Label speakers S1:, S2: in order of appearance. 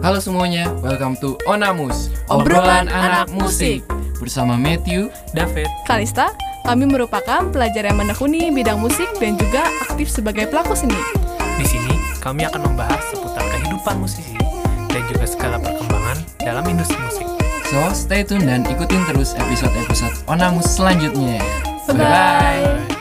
S1: Halo semuanya, welcome to Onamus,
S2: Obrolan Anak Musik.
S1: bersama Matthew.
S3: David,
S2: Kalista, kami merupakan pelajar yang menekuni bidang musik dan juga aktif sebagai pelaku seni.
S3: di sini kami akan membahas seputar kehidupan musisi dan juga segala perkembangan dalam industri musik.
S1: So, stay tune dan ikutin terus episode-episode Onamus selanjutnya.
S2: Bye-bye.
S3: Bye.